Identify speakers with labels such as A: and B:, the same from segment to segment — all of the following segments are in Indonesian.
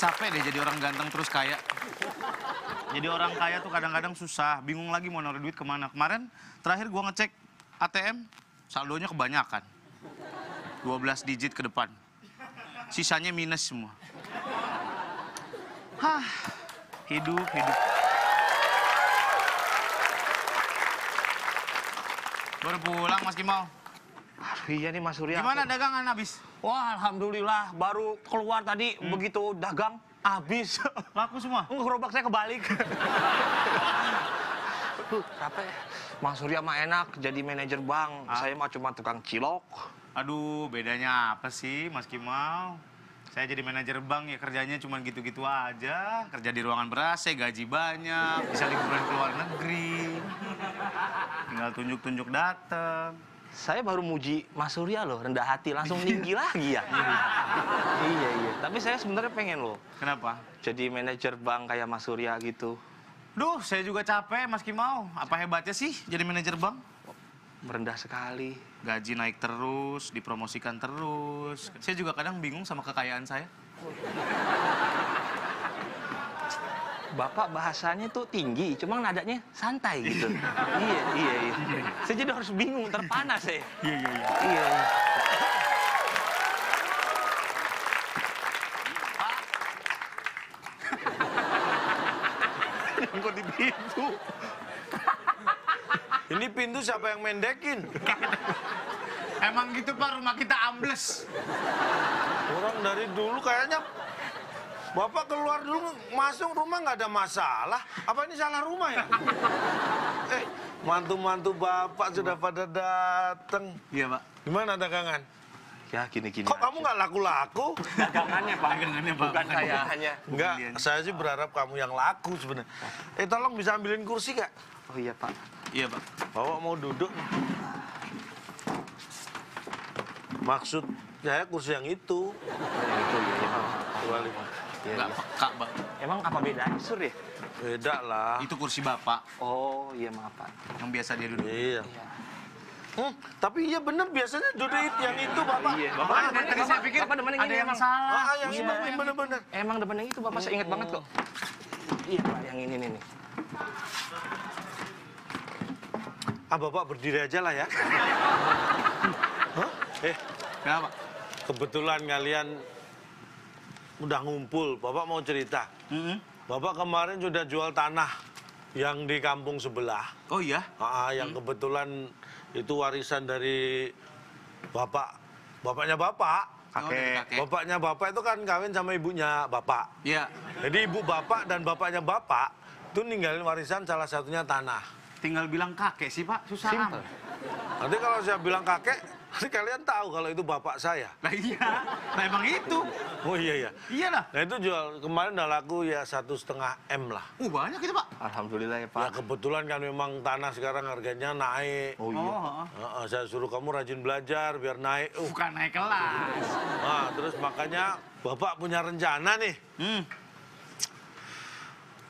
A: Capek deh jadi orang ganteng terus kaya. Jadi orang kaya tuh kadang-kadang susah, bingung lagi mau naruh duit kemana. Kemarin terakhir gua ngecek ATM, saldonya kebanyakan. 12 digit ke depan. Sisanya minus semua. Hah, hidup, hidup. Baru pulang Mas Kimal.
B: Aduh, iya nih Mas Surya.
A: Gimana dagangan habis?
B: Wah, alhamdulillah baru keluar tadi begitu dagang habis.
A: Laku semua?
B: Enggak gerobak saya kebalik. Aduh, kenapa ya? Mas Surya mah enak jadi manajer bank.
A: Ah.
B: Saya mah cuma tukang cilok.
A: Aduh, bedanya apa sih Mas Kimal? Saya jadi manajer bank ya kerjanya cuma gitu-gitu aja. Kerja di ruangan beras, saya gaji banyak, bisa liburan ke luar negeri. Tinggal tunjuk-tunjuk dateng.
B: Saya baru muji Mas Surya loh, rendah hati langsung tinggi lagi ya. iya, iya. Tapi saya sebenarnya pengen loh
A: Kenapa?
B: jadi manajer bank kayak Mas Surya gitu.
A: Duh, saya juga capek Mas Kimal. Apa hebatnya sih jadi manajer bank?
B: Merendah sekali.
A: Gaji naik terus, dipromosikan terus. Saya juga kadang bingung sama kekayaan saya.
B: Bapak bahasanya tuh tinggi, cuma nadanya santai gitu. iya, iya, iya. Saya jadi harus bingung, terpanas saya.
A: Iya, iya, iya.
B: Iya. iya.
A: Kok di pintu?
C: Ini pintu siapa yang mendekin?
A: Emang gitu Pak, rumah kita ambles.
C: Orang dari dulu kayaknya Bapak keluar dulu masuk rumah nggak ada masalah. Apa ini salah rumah ya? Eh, mantu-mantu Bapak sudah pada datang.
A: Iya, Pak.
C: Gimana dagangan?
B: Ya gini-gini.
C: Kok
B: aja.
C: kamu nggak laku-laku?
B: dagangannya, Pak?
A: Dagangannya, Pak.
B: Bukan
A: Bukan
B: saya.
A: dia.
B: Hanya.
A: Pembelian.
C: Enggak, saya sih berharap kamu yang laku sebenarnya. Eh, tolong bisa ambilin kursi nggak?
B: Oh iya, Pak.
A: Iya, Pak.
C: Bawa mau duduk. Maksud saya kursi yang itu.
B: Ya, itu iya, iya, Pak.
C: Kembali.
B: Iya,
A: Nggak
B: iya.
A: peka, Pak.
B: Emang apa bedanya, Sur ya?
C: Beda lah.
A: Itu kursi bapak
B: Oh iya, maaf, Pak.
A: yang biasa dia duduk.
C: Iya.
B: Iya.
C: Hmm, tapi iya bener biasanya duduk yang itu bapak.
B: Iya,
C: Bapak,
B: Bapak.
A: Dari tadi
B: Bapak,
A: saya pikir
B: Bapak demen yang
A: ada
B: ini
A: yang
B: emang.
A: salah.
C: Ah, yang
B: Iya.
C: ini yang bener-bener.
B: Emang demen yang itu, Bapak. Saya ingat banget kok. Iya, Pak. Yang ini nih.
C: Ah bapak berdiri aja lah ya. Hah? Eh
A: Kenapa?
C: kebetulan kalian udah ngumpul. Bapak mau cerita.
A: Mm-mm.
C: Bapak kemarin sudah jual tanah yang di kampung sebelah.
A: Oh iya.
C: Ah, yang kebetulan itu warisan dari bapak. Bapaknya bapak.
A: Oh, dari kakek.
C: Bapaknya bapak itu kan kawin sama ibunya bapak.
A: Iya.
C: Jadi ibu bapak dan bapaknya bapak itu ninggalin warisan salah satunya tanah.
A: Tinggal bilang kakek sih pak, susah.
B: Simple.
C: Nanti kalau saya bilang kakek, nanti kalian tahu kalau itu bapak saya.
A: Lah iya. Nah emang itu.
C: Oh iya iya.
A: Iya lah.
C: Nah itu jual kemarin udah laku ya satu setengah m lah.
A: Uh banyak itu pak.
B: Alhamdulillah ya,
C: Ya
B: Pak.
C: kebetulan kan memang tanah sekarang harganya naik.
B: Oh iya.
A: Oh,
C: Heeh, saya suruh kamu rajin belajar biar naik. Uh,
A: bukan naik kelas.
C: nah, terus makanya bapak punya rencana nih.
A: Hmm.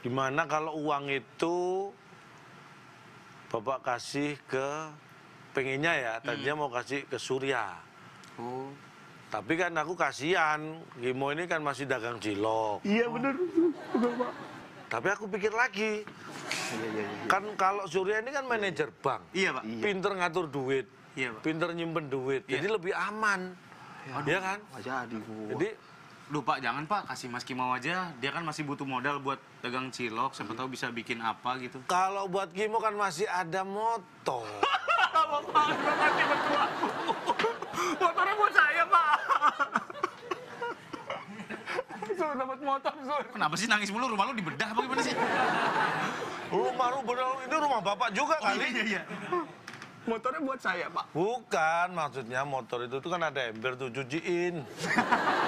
C: Gimana kalau uang itu Bapak kasih ke pengennya ya, tadinya
B: Hmm.
C: mau kasih ke Surya.
A: Oh.
C: Tapi kan aku kasihan, Gimo ini kan masih dagang cilok.
B: Iya, bener.
C: Tapi aku pikir lagi,
B: Iya, iya, iya.
C: kan kalau Surya ini kan manajer bank.
A: Iya pak.
C: Pinter ngatur duit,
A: Iya pak.
C: pinter nyimpen duit.
A: Iya.
C: Jadi lebih aman. Iya kan?
B: Nggak jadi, gua.
C: Jadi
A: Duh pak jangan pak kasih Mas Kimau aja. Dia kan masih butuh modal buat dagang cilok. Siapa tahu bisa bikin apa gitu.
C: kalau buat Gimo kan masih ada motor.
B: Motornya buat saya, Pak. Suruh dapat motor, Sur.
A: Kenapa sih nangis mulu? Rumah lu dibedah apa gimana sih?
C: Rumah lu bener, ini rumah Bapak juga kali.
A: iya iya.
B: Motornya buat saya, Pak.
C: Bukan, maksudnya motor itu tuh kan ada ember tuh cuciin.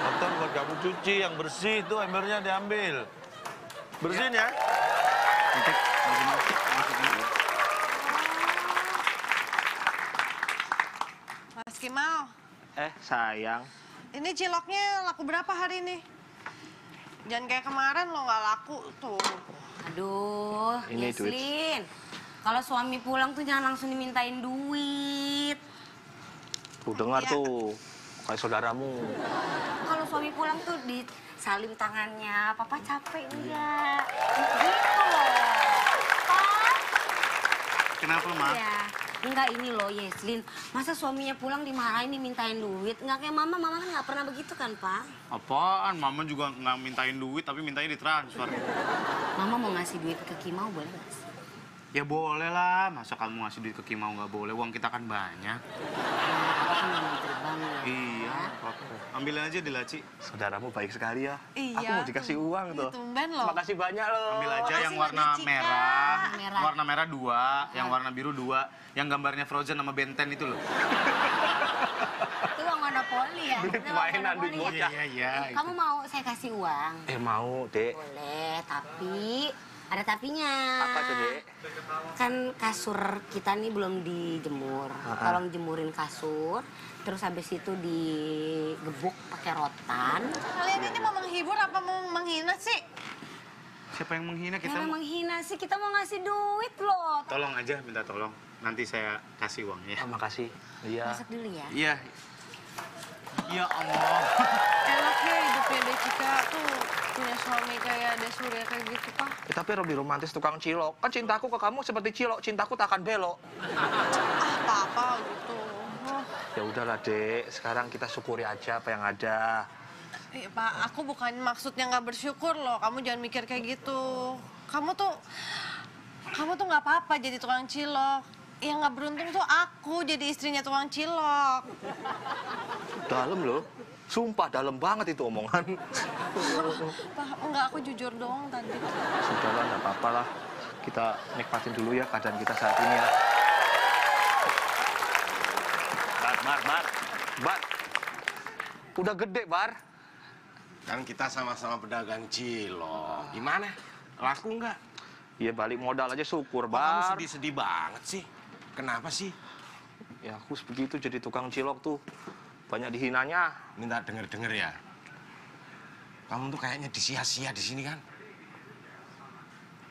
C: motor buat kamu cuci yang bersih itu embernya diambil. Bersihin ya.
A: Titik, Mas Kimau. Masukin dulu.
D: Mas Kimal,
B: Eh, sayang.
D: ini ciloknya laku berapa hari ini? Jangan kayak kemarin lo nggak laku tuh.
E: Aduh,
B: Ini duit.
E: Yaslin. Kalau suami pulang tuh jangan langsung dimintain duit.
B: Tuh dengar
D: Iya.
B: tuh. kayak saudaramu.
E: kalau suami pulang tuh disalim tangannya. Papa capek enggak? Gitu loh. Pak.
A: Kenapa, Ma?
E: Iya. Enggak ini loh Yeslin. Masa suaminya pulang dimarahin dimintain duit? Enggak kayak mama, mama kan nggak pernah begitu kan pak?
A: Apaan? Mama juga nggak mintain duit, tapi mintanya ditransfer.
E: Mama mau ngasih duit ke Kimau boleh nggak sih?
A: Ya boleh lah, masa kamu ngasih duit ke Kimau nggak boleh? Uang kita kan banyak.
E: Papa kan nggak mau terbang ya.
A: Iya, apa-apa. Ambilin aja di laci.
B: Saudaramu baik sekali ya.
D: Iya,
B: Aku mau dikasih
D: tuh.
B: uang
D: Iya,
B: tuh.
D: tumben loh.
B: Makasih banyak loh.
A: Ambil aja yang
D: makasih,
A: warna
D: Mbak Jessica.
A: merah,
E: Merah.
A: warna merah dua, yang warna biru dua, yang gambarnya Frozen sama Benten itu loh.
E: Itu uang monopoli ya.
B: Duit
E: Itu uang
B: mainan, duit
E: monopoli.
B: bocah.
A: Iya, iya, iya.
E: ya. Kamu mau saya kasih uang?
B: Eh mau, Dek.
E: Boleh, tapi ada tapinya.
B: Apa tuh, Dek?
E: Kan kasur kita nih belum dijemur.
B: Ha-ha.
E: Tolong jemurin kasur, terus habis itu digebuk pakai rotan.
D: Kalian ini mau menghibur apa mau menghina sih?
A: Siapa yang menghina kita?
E: Jangan menghina sih, kita mau ngasih duit loh.
A: Tolong aja, minta tolong. Nanti saya kasih uangnya.
B: Ah, makasih. Iya.
E: Masuk dulu ya.
A: Iya. Ya Allah.
D: Enaknya hidupnya Dek Cika tuh punya suami kayak Dek Surya kayak gitu, Pak.
B: Eh, tapi Robi romantis tukang cilok. Kan cintaku ke kamu seperti cilok, cintaku tak akan belok.
D: Ah, apa-apa gitu. Oh,
B: Ya udahlah, Dek. Sekarang kita syukuri aja apa yang ada.
D: iya, Pak, aku bukan maksudnya nggak bersyukur loh. Kamu jangan mikir kayak gitu. Kamu tuh, kamu tuh nggak apa-apa jadi tukang cilok. Yang nggak beruntung tuh aku jadi istrinya tukang cilok.
B: Dalam loh. Sumpah dalam banget itu omongan.
D: Pak, enggak aku jujur dong tadi.
B: Sudahlah, nggak apa-apa lah. Kita nikmatin dulu ya keadaan kita saat ini ya.
C: Bar, bar, bar.
B: Bar, udah gede, Bar.
F: Kan kita sama-sama pedagang cilok. Gimana? Laku nggak?
B: Ya balik modal aja syukur,
F: Kok kamu
B: Bar.
F: sedih-sedih banget sih? Kenapa sih?
B: Ya aku begitu jadi tukang cilok tuh. Banyak dihinanya.
F: Minta denger-denger ya. Kamu tuh kayaknya disia-sia di sini kan?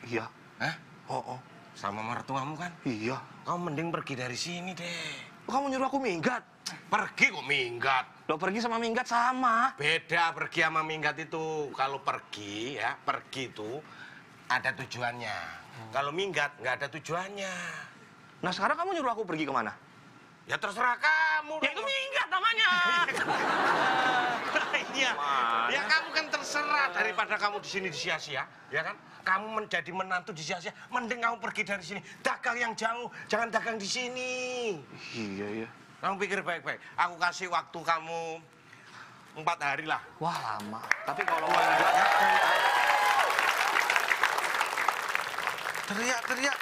B: Iya.
F: Hah?
B: Oh, oh.
F: Sama mertuamu kan?
B: Iya.
F: Kamu mending pergi dari sini deh.
B: Kamu nyuruh aku minggat.
F: Pergi kok minggat.
B: Lo pergi sama minggat sama.
F: Beda pergi sama minggat itu. Kalau pergi ya, pergi itu ada tujuannya.
B: Hmm.
F: Kalau minggat nggak ada tujuannya.
B: Nah, sekarang kamu nyuruh aku pergi kemana?
F: Ya terserah kamu.
B: Ya itu
F: dong.
B: minggat namanya.
F: Iya. Ya kamu kan terserah daripada kamu di sini disia-sia, ya kan? Kamu menjadi menantu disia-sia, mending kamu pergi dari sini. Dagang yang jauh, jangan dagang di sini.
B: iya, iya.
F: Kamu pikir baik-baik. Aku kasih waktu kamu empat hari lah.
B: Wah, lama. Tapi kalau
F: Dua hari, ya.
C: Teriak-teriak.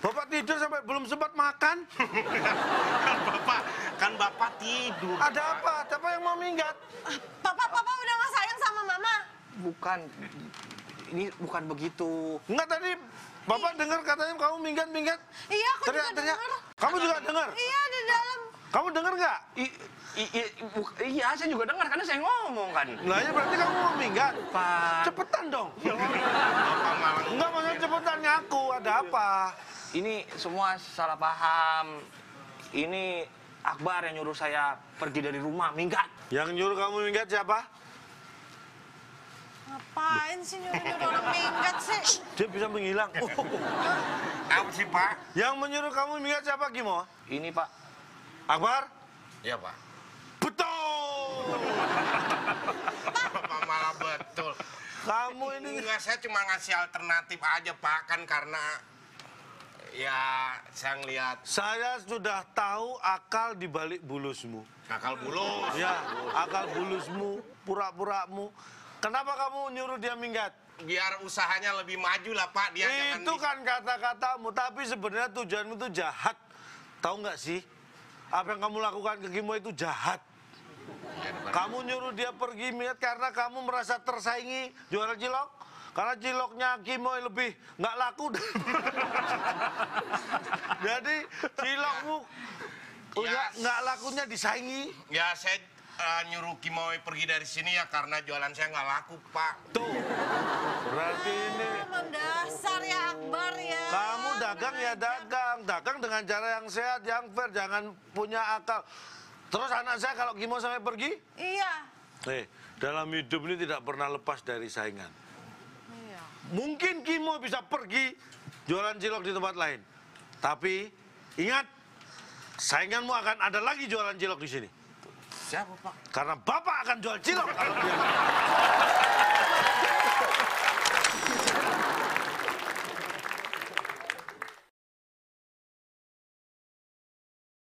C: Bapak tidur sampai belum sempat makan.
F: Kan bapak, kan bapak tidur.
C: Ada apa? Ada apa yang mau minggat?
D: Papa, papa udah nggak sayang sama mama.
B: bukan ini bukan begitu.
C: Enggak tadi Bapak dengar katanya kamu minggat-minggat.
D: Iya, aku juga
C: Teriak-teriak.
D: dengar.
C: Kamu juga dengar?
D: Iya, di dalam.
C: Kamu dengar nggak?
B: I- i- i- bu- iya, saya juga dengar karena saya ngomong kan.
C: Lah ya berarti kamu mau minggat.
B: Pak,
C: Cepetan dong.
F: Bapak malah
C: Enggak maksudnya cepetan ngaku. Ada apa?
B: ini semua salah paham. Ini Akbar yang nyuruh saya pergi dari rumah, minggat.
C: Yang nyuruh kamu minggat siapa?
D: Ngapain sih nyuruh-nyuruh orang minggat sih?
C: Dia bisa menghilang.
F: Apa sih, Pak?
C: Yang menyuruh kamu minggat siapa Gimo?
B: Ini Pak,
C: Akbar?
F: Iya, Pak.
C: Betul.
F: Bapak malah betul.
C: Kamu ini
F: Enggak, saya cuma ngasih alternatif aja, Pak. Kan karena... Ya, saya ngeliat
C: saya sudah tahu akal di balik bulusmu.
F: Kakal bulus.
C: Ya, akal bulusmu, pura-puramu. Kenapa kamu nyuruh dia minggat?
F: Biar usahanya lebih maju lah, Pak. Dia Ya, jangan
C: itu
F: di-
C: kan kata-katamu, tapi sebenarnya tujuanmu itu jahat. Tahu nggak sih? Apa yang kamu lakukan ke Kimo itu jahat. Kamu nyuruh dia pergi minggat karena kamu merasa tersaingi juara cilok. Karena ciloknya Kimo lebih nggak laku. Jadi cilokmu udah
F: Ya.
C: nggak lakunya disaingi.
F: Ya, saya eh, nyuruh Kimoy pergi dari sini ya karena jualan saya nggak laku, Pak.
C: Tuh, berarti ini
D: Emang dasar ya Akbar ya.
C: Kamu ya dagang ya dagang, dagang dengan cara yang sehat, yang fair, jangan punya akal. Terus anak saya kalau Kimo sampai pergi,
D: Iya.
C: eh, dalam hidup ini tidak pernah lepas dari saingan.
D: Iya.
C: Mungkin Kimo bisa pergi jualan cilok di tempat lain. Tapi ingat, sainganmu akan ada lagi jualan cilok di sini.
F: Siapa, Pak?
C: Karena Bapak akan jual cilok. kalau dia-